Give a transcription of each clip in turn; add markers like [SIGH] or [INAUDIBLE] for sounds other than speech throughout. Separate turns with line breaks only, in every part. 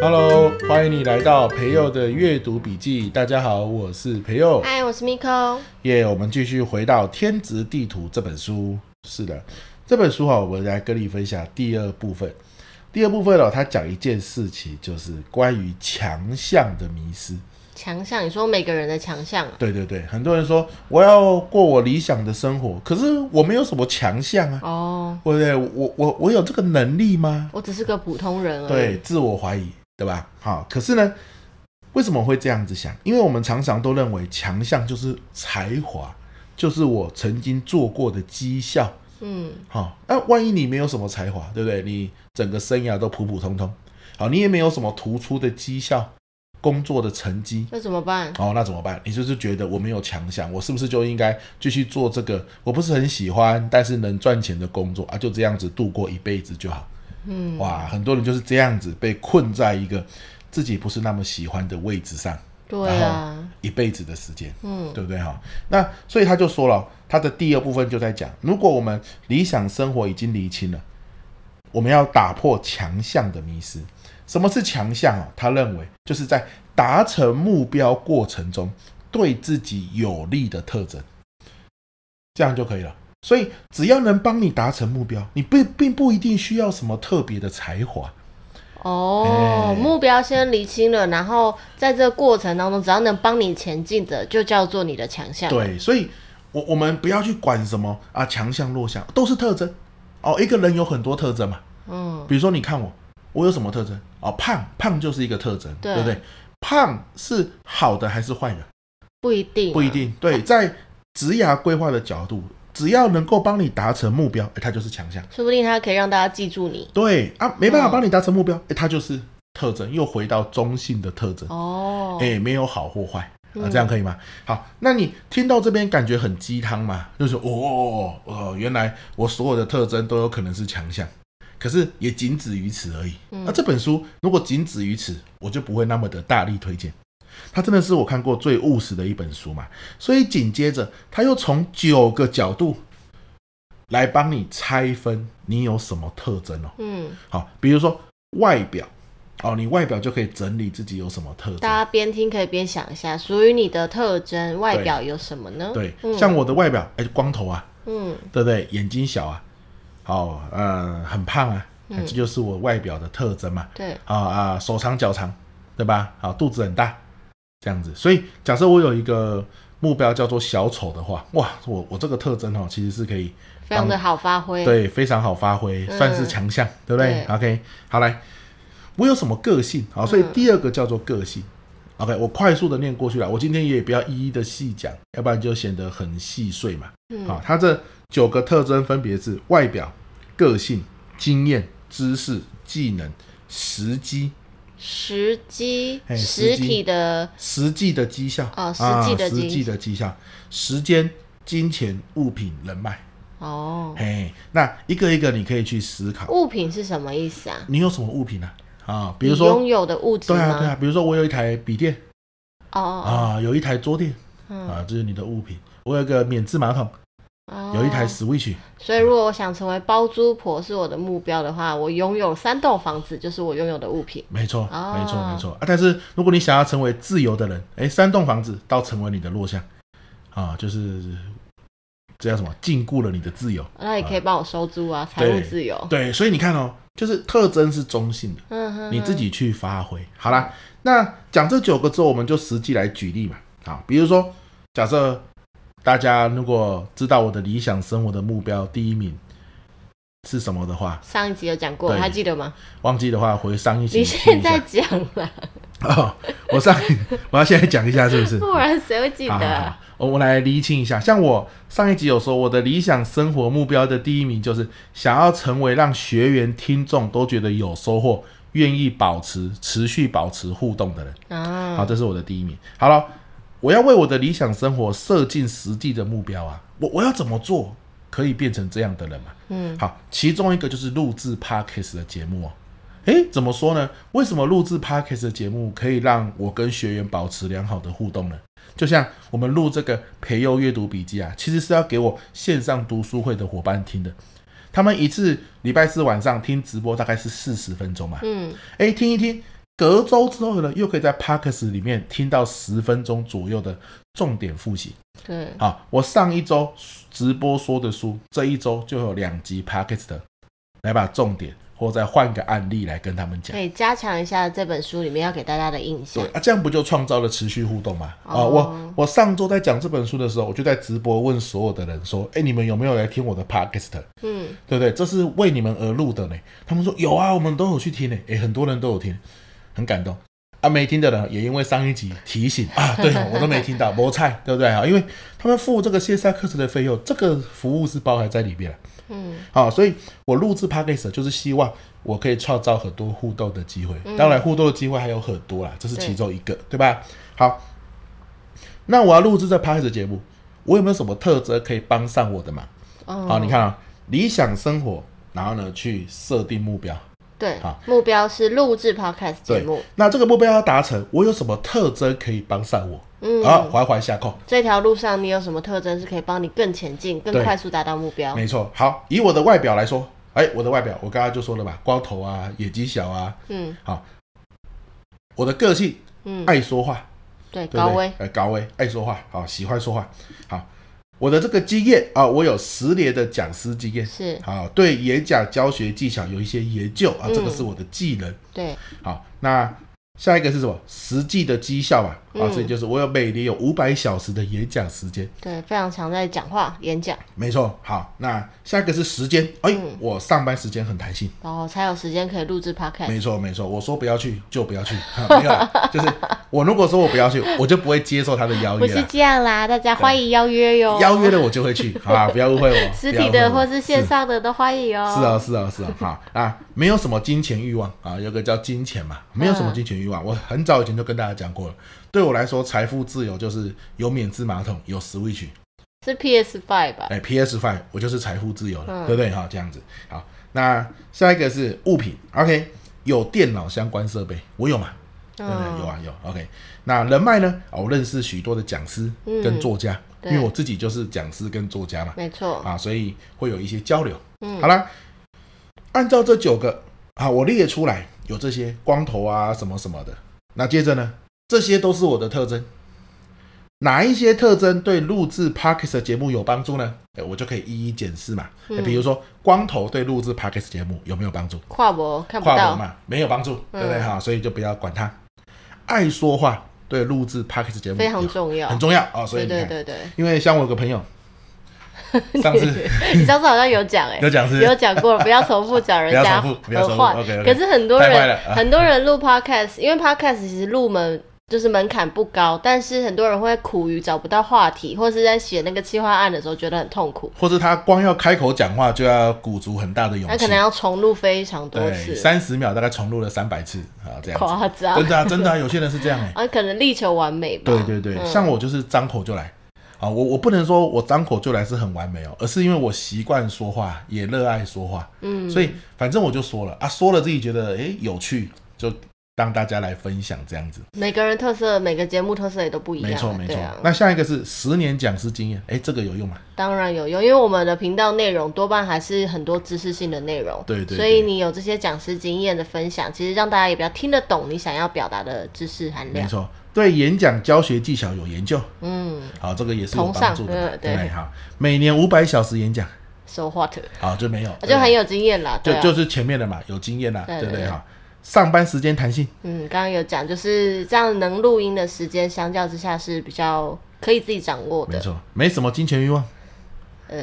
Hello，欢迎你来到培佑的阅读笔记。大家好，我是培佑。
嗨，我是 Miko。
耶、我们继续回到《天职地图》这本书。是的，这本书哈、我们来跟你分享第二部分。第二部分哦，它讲一件事情，就是关于强项的迷失。
强项，你说每个人的强项啊？
对对对，很多人说我要过我理想的生活，可是我没有什么强项啊，
哦，
对不对？我我我有这个能力吗？
我只是个普通人而已。
对，，自我怀疑，对吧？好，可是呢，为什么会这样子想？因为我们常常都认为强项就是才华，就是我曾经做过的绩效。
嗯，
好，那万一你没有什么才华，对不对？你整个生涯都普普通通，好，你也没有什么突出的绩效，工作的成绩。
那怎么办？
哦，那怎么办？你就是觉得我没有强项，我是不是就应该继续做这个我不是很喜欢，但是能赚钱的工作啊？就这样子度过一辈子就好。
嗯，
哇，很多人就是这样子被困在一个自己不是那么喜欢的位置上，
对啊，
一辈子的时间，
嗯，
对不对哈？那所以他就说了，他的第二部分就在讲，如果我们理想生活已经厘清了，我们要打破强项的迷失。什么是强项哦？他认为就是在达成目标过程中对自己有利的特征，这样就可以了。所以只要能帮你达成目标，你并并不一定需要什么特别的才华，
哦，
哎
目标先厘清了，然后在这个过程当中，只要能帮你前进的，就叫做你的强项。，
对，所以我我们不要去管什么啊强项弱项，都是特征哦。一个人有很多特征嘛，
嗯，
比如说你看我，我有什么特征哦？胖，胖就是一个特征，
对
对不对？胖是好的还是坏的？
不一定、啊
不一。定。对，在职涯规划的角度，只要能够帮你达成目标，哎诶它就是强项。
说不定他可以让大家记住你
对啊，没办法
嗯
帮你达成目标，诶它就是特征。又回到中性的特征，
哦，
哎、没有好或坏啊，
嗯
这样可以吗？好，那你听到这边感觉很鸡汤嘛？就是哦哦哦哦，原来我所有的特征都有可能是强项，可是也仅止于此而已。
嗯
那这本书如果仅止于此，我就不会那么的大力推荐。它真的是我看过最务实的一本书嘛，所以紧接着他又从九个角度来帮你拆分你有什么特征哦。
嗯，
好，比如说外表，哦，你外表就可以整理自己有什么特征。
大家边听可以边想一下，属于你的特征外
对
表有什么呢？
对，
嗯
像我的外表，哎、光头啊，
嗯
对不对？眼睛小啊，哦，呃，很胖啊，哎这就是我外表的特征嘛。
对，
啊、啊、手长脚长，对吧？啊、肚子很大，这样子。所以假设我有一个目标叫做小丑的话，哇，我我这个特征哦，其实是可以
非常的好发挥。，
对非常好发挥，
嗯
算是强项，对不对
对
o k 好来，我有什么个性？好，所以
嗯
第二个叫做个性。OK，我快速的念过去了，我今天也不要一一的细讲，要不然就显得很细碎嘛。
嗯
好，它这九个特征分别是外表、个性、经验、知识、技能、时机、
时机、
嘿
实
哎时机
体的
实际的绩效
哦实
啊
际的绩
实际的绩效、时间、金钱、物品、人脉。
哦，
嘿，那一个一个你可以去思考，
物品是什么意思啊？
你有什么物品呢、啊？啊，比如
你
说
拥，有的物质
对
吗？
啊对啊，比如说我有一台笔电
哦哦
啊，有一台桌垫
嗯
啊，这是你的物品。我有一个免治马桶，啊
哦
有一台 Switch，
所以如果我想成为包租婆是我的目标的话，我拥有三栋房子就是我拥有的物品。
没错，
哦
没错，没错啊！但是如果你想要成为自由的人，哎，三栋房子倒成为你的弱项啊，就是这叫什么？禁锢了你的自由。
那也可以帮我收租啊，财务自由。
对，所以你看哦，就是特征是中性的，
嗯哼，
你自己去发挥。好啦，那讲这九个之后，我们就实际来举例嘛。好，比如说，假设大家如果知道我的理想生活的目标第一名是什么的话，
上一集有讲过，
对
还记得吗？
忘记的话回上一集
你
听
现
一下
在讲了，
哦，我上我要现在讲一下是不是？
[LAUGHS] 不然谁会记
好
得
好好
啊？
我我来厘清一下，像我上一集有说，我的理想生活目标的第一名就是想要成为让学员、听众都觉得有收获、愿意保持持续保持互动的人。
啊
好，这是我的第一名。好了，我要为我的理想生活设进实际的目标啊！我我要怎么做可以变成这样的人嘛？
嗯，
好，其中一个就是录制 podcast 的节目哦。诶，怎么说呢？为什么录制 podcast 的节目可以让我跟学员保持良好的互动呢？就像我们录这个培优阅读笔记啊，其实是要给我线上读书会的伙伴听的。他们一次礼拜四晚上听直播大概是四十分钟嘛，
嗯，
哎诶，听一听，隔周之后呢，又可以在 p a c k e s 里面听到十分钟左右的重点复习。
对，
啊，我上一周直播说的书，这一周就有两集 p a c k e t 的，来把重点或再换个案例来跟他们讲
可。以加强一下这本书里面要给大家的印象
对。啊，这样不就创造了持续互动吗？啊，
哦
我我上周在讲这本书的时候，我就在直播问所有的人说，哎，你们有没有来听我的 podcast？
嗯，
对不对？这是为你们而录的呢。他们说有啊，我们都有去听呢，诶，很多人都有听，很感动。啊，没听的人也因为上一集提醒啊，对哦我都没听到，磨菜，对不对啊？因为他们付这个线上课程的费用，这个服务是包含在里面了。啊
嗯，
好、所以我录制 podcast 就是希望我可以创造很多互动的机会。当然，互动的机会还有很多啦，这是其中一个，对吧？好，那我要录制这 podcast 节目，我有没有什么特质可以帮上我的忙？
哦，
好，你看啊，理想生活，然后呢去设定目标。
对
好，
目标是录制 podcast 节
对
目，，
那这个目标要达成，我有什么特征可以帮上我？
嗯
啊，环环相扣，
这条路上你有什么特征是可以帮你更前进、更
对
快速达到目标？
没错。好，以我的外表来说，哎，我的外表，我刚刚就说了吧，光头啊，眼睛小啊，
嗯
好，我的个性
嗯，
爱说话，
对，
哎对不
高
对
危，
呃，高危，爱说话，好，喜欢说话，好。我的这个经验啊，我有十年的讲师经验，
是
好，对演讲教学技巧有一些研究啊，这个
嗯
是我的技能。
对，
好，那下一个是什么？实际的绩效吧。啊，
嗯
所以就是我有每年有五百小时的演讲时间，
对，非常常在讲话、演讲，
没错。好，那下一个是时间，哎，
嗯
我上班时间很弹性，
然后才有时间可以录制 podcast。
没错没错。我说不要去就不要去， [LAUGHS] 没有啦，就是我如果说我不要去，我就不会接受他的邀
不
约
是
啦。
这样啦，大家欢迎邀约哟。
邀约了我就会去， [LAUGHS] 好吧，不要误会我。
[LAUGHS] 实
不要
体
误会
的
我
或是线上的都欢迎哦。
是啊，，是啊，是啊，哈啊，没有什么金钱欲望啊，有个叫金钱嘛，
嗯
没有什么金钱欲望。我很早以前就跟大家讲过了，对我来说，财富自由就是有免治马桶，有 Switch，
是 PS Five 吧？
哎，PS Five，我就是财富自由了，
嗯
对不对？哈，这样子。好，那下一个是物品，OK，有电脑相关设备，我有嘛？对不对？有
嗯，
啊，有。OK，那人脉呢？啊，我认识许多的讲师跟
嗯
作家，
对
因为我自己就是讲师跟作家嘛，
没错。
啊，所以会有一些交流。
嗯
好啦，按照这九个啊，我列出来有这些光头啊什么什么的。那接着呢，这些都是我的特征。哪一些特征对录制 Parkes 的节目有帮助呢？哎，我就可以一一检视嘛。
嗯
哎比如说，光头对录制 Parkes 节目有没有帮助？
跨博看不
跨
到
文，嘛，没有帮助，对不对
嗯
哈？所以就不要管它。爱说话对录制 Parkes 节目
非常
有
重要
很。重要啊、哦所以
对
你看，
对对对，
因为像我有个朋
[LAUGHS]
友，上次
你上次好像有
[LAUGHS]
讲哎，
有讲是
[LAUGHS] 有讲过了，不要重复讲人家
不要重复不要重复
的话。
OK，OK
可是很多
太坏了 [LAUGHS]
人
啊
很多人录 podcast，因为 podcast 其实入门就是门槛不高，但是很多人会苦于找不到话题，或是在写那个企划案的时候觉得很痛苦，
或是他光要开口讲话就要鼓足很大的勇
那
气
可能，要重录非常多
对，
次，
三十秒大概重录了三百次啊，这样子，
夸张
真。的啊，真的啊，有些人是这样哎、
啊，可能力求完美吧。
对对对，
嗯
像我就是张口就来啊，我我不能说我张口就来是很完美哦，而是因为我习惯说话，也热爱说话，
嗯，
所以反正我就说了啊，说了自己觉得哎、诶有趣，就让大家来分享这样子，
每个人特色，每个节目特色也都不一样。
没错没错
对啊。
那下一个是十年讲师经验，哎、这个有用吗？
当然有用，因为我们的频道内容多半还是很多知识性的内容，
对对
所以
对
你有这些讲师经验的分享，其实让大家也比较听得懂你想要表达的知识含
没
量。
错，对演讲教学技巧有研究，
嗯
好，这个也是有
同
帮
上
助的
嗯
嘛，对不对？
对
好，每年五百小时演讲，
，so what，
好就没有，
哦就很
有，
有经验啦，对
呃就
啊。
就是前面的嘛，有经验啦，
对
对不
对
对？
对
哈，上班时间弹性，
嗯，刚刚有讲，就是这样能录音的时间，相较之下是比较可以自己掌握
没
的。
错，没什么金钱欲望，
呃，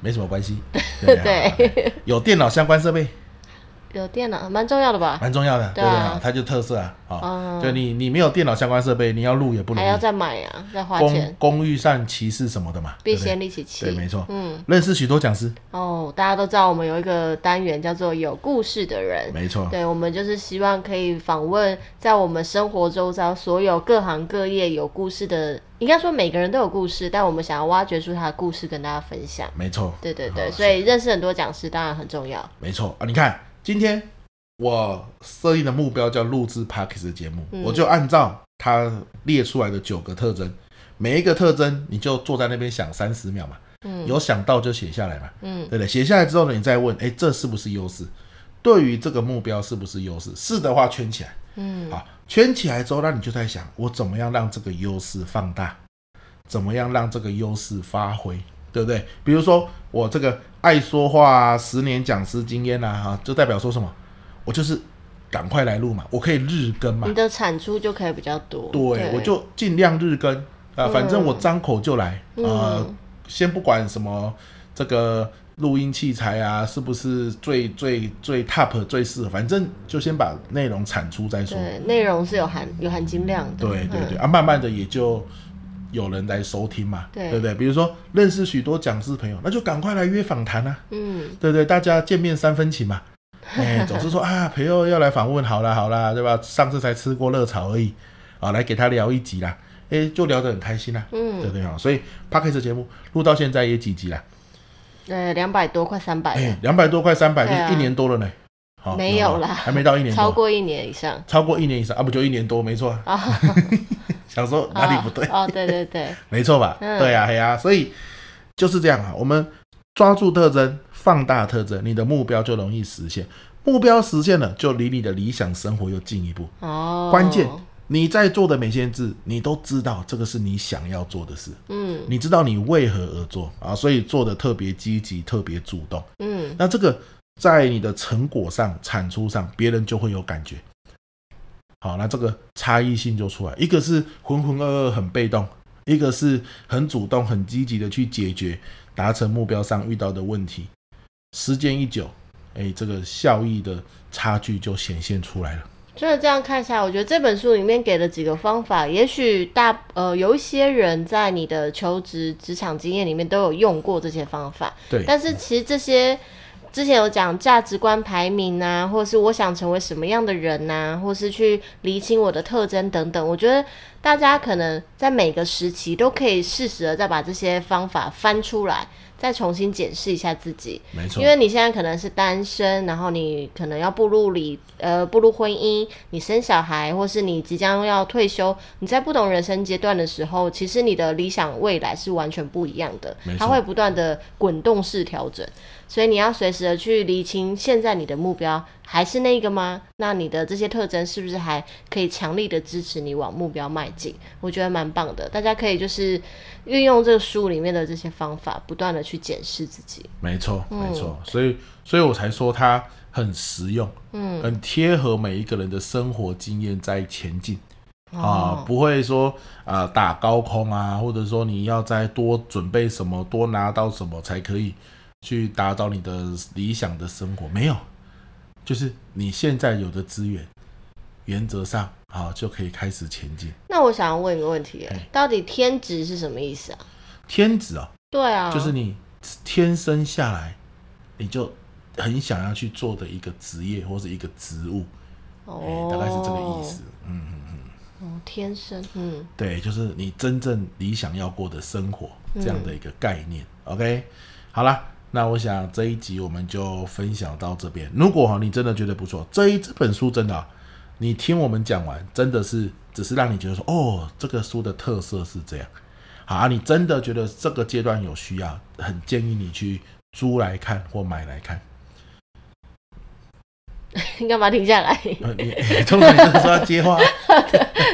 没什么关
[LAUGHS]
系，不
对，
好 [LAUGHS] 有电脑相关设备
有电脑蛮重要的吧？
蛮重要的，对
对
不对？
啊
哈它就特色啊，好，
嗯
就你你没有电脑相关设备，你要录也不容
还要
易，
再买啊，再花
公
钱，
公寓上歧视什么的嘛，
必
对不对？
先利其器。
对，没错，
嗯，
认识许多讲师，
哦，大家都知道我们有一个单元叫做“有故事的人”，
没错，
对我们就是希望可以访问在我们生活周遭所有各行各业有故事的，应该说每个人都有故事，但我们想要挖掘出他的故事跟大家分享。
没错，
对对
好
对，所以认识很多讲师当然很重要。
没错啊，你看今天我设定的目标叫录制 Parkes 的节目，
嗯
我就按照它列出来的九个特征，每一个特征你就坐在那边想三十秒嘛，
嗯
有想到就写下来嘛，
嗯
对不对？写下来之后呢，你再问，哎，这是不是优势？对于这个目标是不是优势？是的话，圈起来。
嗯，
好，圈起来之后，那你就在想，我怎么样让这个优势放大？怎么样让这个优势发挥？对不对？比如说我这个爱说话啊，十年讲师经验啊，哈，就代表说什么？我就是赶快来录嘛，我可以日更嘛
你，的产出就可以比较多。
对，我就尽量日更啊、反正我
嗯
张口就来啊、
嗯
先不管什么这个录音器材啊，是不是最最最 top 最适合，反正就先把内容产出再说。
对内容是有含有含金量的。
对对对、
嗯
啊，慢慢的也就有人来收听嘛，
对
不对？比如说认识许多讲师朋友，那就赶快来约访谈啊，
嗯，
对不对？大家见面三分情
[LAUGHS]
嘛，哎，总是说啊，朋友要来访问，好啦好啦，对吧？上次才吃过热炒而已，啊，来给他聊一集啦，哎，就聊得很开心啦、
嗯
对不对啊？所以 p a c k a g e 节目录到现在也几集啦，
对，两百多快三百
哎
了，，
两百多块三百，
对啊
就一年多了呢，好、
没有啦
还没到一年多，
超过一年以
[LAUGHS]
上 [LAUGHS]
超过一年以上啊，不就一年多？没错啊，
啊，
想说哪里不对？
哦，对对对，
没错吧？
嗯
对呀、啊，嘿呀、所以就是这样啊。我们抓住特征，放大特征，你的目标就容易实现。目标实现了，就离你的理想生活又进一步。
哦，
关键，你在做的每件事，你都知道这个是你想要做的事，
嗯
你知道你为何而做啊，所以做的特别积极，特别主动。
嗯，
那这个在你的成果上、产出上，别人就会有感觉。好，那这个差异性就出来，一个是浑浑噩噩很被动，一个是很主动、很积极的去解决达成目标上遇到的问题。时间一久，哎，这个效益的差距就显现出来了。
就是这样看下来，我觉得这本书里面给了几个方法，也许大呃有一些人在你的求职职场经验里面都有用过这些方法，
对，
但是其实这些之前有讲价值观排名啊，或者是我想成为什么样的人呐、或是去厘清我的特征等等，我觉得大家可能在每个时期都可以适时的再把这些方法翻出来，再重新检视一下自己。
没错
因，为你现在可能是单身，然后你可能要步入离呃步入婚姻，你生小孩，或是你即将要退休，你在不同人生阶段的时候，其实你的理想未来是完全不一样的
没，错
它会不断的滚动式调整，所以你要随时的去厘清现在你的目标还是那个吗？那你的这些特征是不是还可以强力的支持你往目标迈进？我觉得蛮棒的，大家可以就是运用这个书里面的这些方法，不断的去检视自己。
没错，
嗯
没错。所以，所以我才说它很实用，嗯，很贴合每一个人的生活经验在前进。
哦
啊、不会说啊、呃打高空啊，或者说你要再多准备什么，多拿到什么才可以去达到你的理想的生活，没有，就是你现在有的资源，原则上啊、就可以开始前进。
那我想要问一个问题
哎，
到底天职是什么意思啊？
天职啊、
对啊，
就是你天生下来你就很想要去做的一个职业或是一个职务，哎、
哦，
大概是这个意思。嗯，
哦，天生，嗯， [LAUGHS]
对，就是你真正理想要过的生活
嗯
这样的一个概念。OK，好啦，那我想这一集我们就分享到这边。如果哈你真的觉得不错，这一这本书真的啊、你听我们讲完，真的是只是让你觉得说，哦，这个书的特色是这样。好、啊，你真的觉得这个阶段有需要，很建议你去租来看或买来看。
你干嘛停
[LAUGHS]
下来？
呃、你通常你就是说要接
[LAUGHS]
话，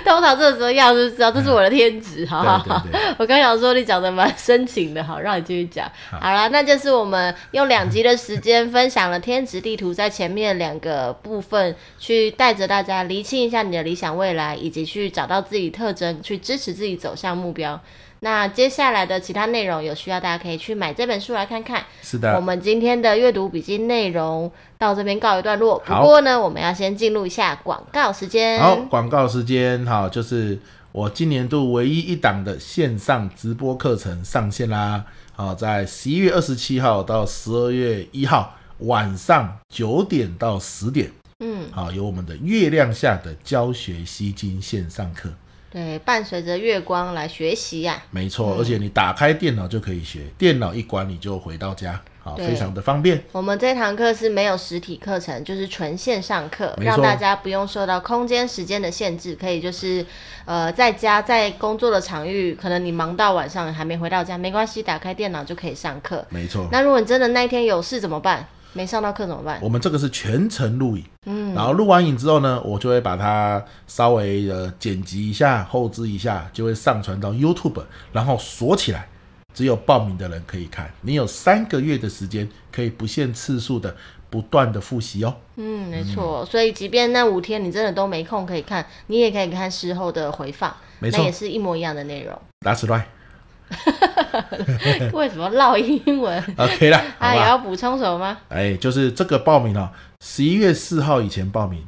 通常这个时候要是知道这是我的天职，好好好。
对对对
我刚想说你讲的蛮深情的，好，让你继续讲。好啦，那就是我们用两集的时间分享了天职地图在前面两个部分，去带着大家厘清一下你的理想未来，以及去找到自己特征，去支持自己走向目标。那接下来的其他内容有需要，大家可以去买这本书来看看。
是的
我。们今天的阅读笔记内容到这边告一段落。不
好
过呢，我们要先进入一下广告时间。
好，广告时间，好，就是我今年度唯一一档的线上直播课程上线啦，好，在十一月二十七号到十二月一号晚上九点到十点，
嗯，
好，有我们的月亮下的教学吸睛线上课，
对，伴随着月光来学习啊呀、
没错，
嗯
而且你打开电脑就可以学，电脑一关你就回到家，好，
对
非常的方便，
我们这堂课是没有实体课程，就是纯线上课，
没错
让大家不用受到空间、时间的限制，可以就是呃在家在工作的场域，可能你忙到晚上还没回到家，没关系，打开电脑就可以上课。
没错，
那如果你真的那一天有事怎么办？没上到课怎么办？
我们这个是全程录影，
嗯，
然后录完影之后呢，我就会把它稍微呃剪辑一下、后置一下，就会上传到 YouTube，然后锁起来，只有报名的人可以看。你有三个月的时间，可以不限次数的不断的复习哦。
嗯，没错。所以即便那五天你真的都没空可以看，你也可以看事后的回放，
没
那
错
也是一模一样的内
[LAUGHS]
容。
That's right，OK、
为什么唠英文？ [LAUGHS]
OK 啦，好
啊，也
吧。
要补充什么吗？
哎，就是这个报名哦，十一月四号以前报名，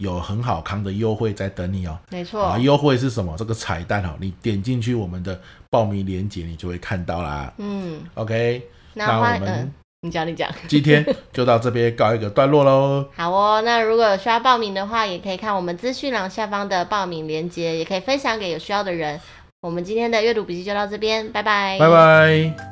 有很好康的优惠在等你哦。
没
啊，
错，
优惠是什么？这个彩蛋哦，你点进去我们的报名链接，你就会看到啦。
嗯，
OK，
那花
我
嗯、
们
你讲你讲。
今天就到这边告一个段落喽。
[LAUGHS] 好哦，那如果有需要报名的话，也可以看我们资讯栏下方的报名链接，也可以分享给有需要的人。我们今天的阅读笔记就到这边，拜拜，
拜拜。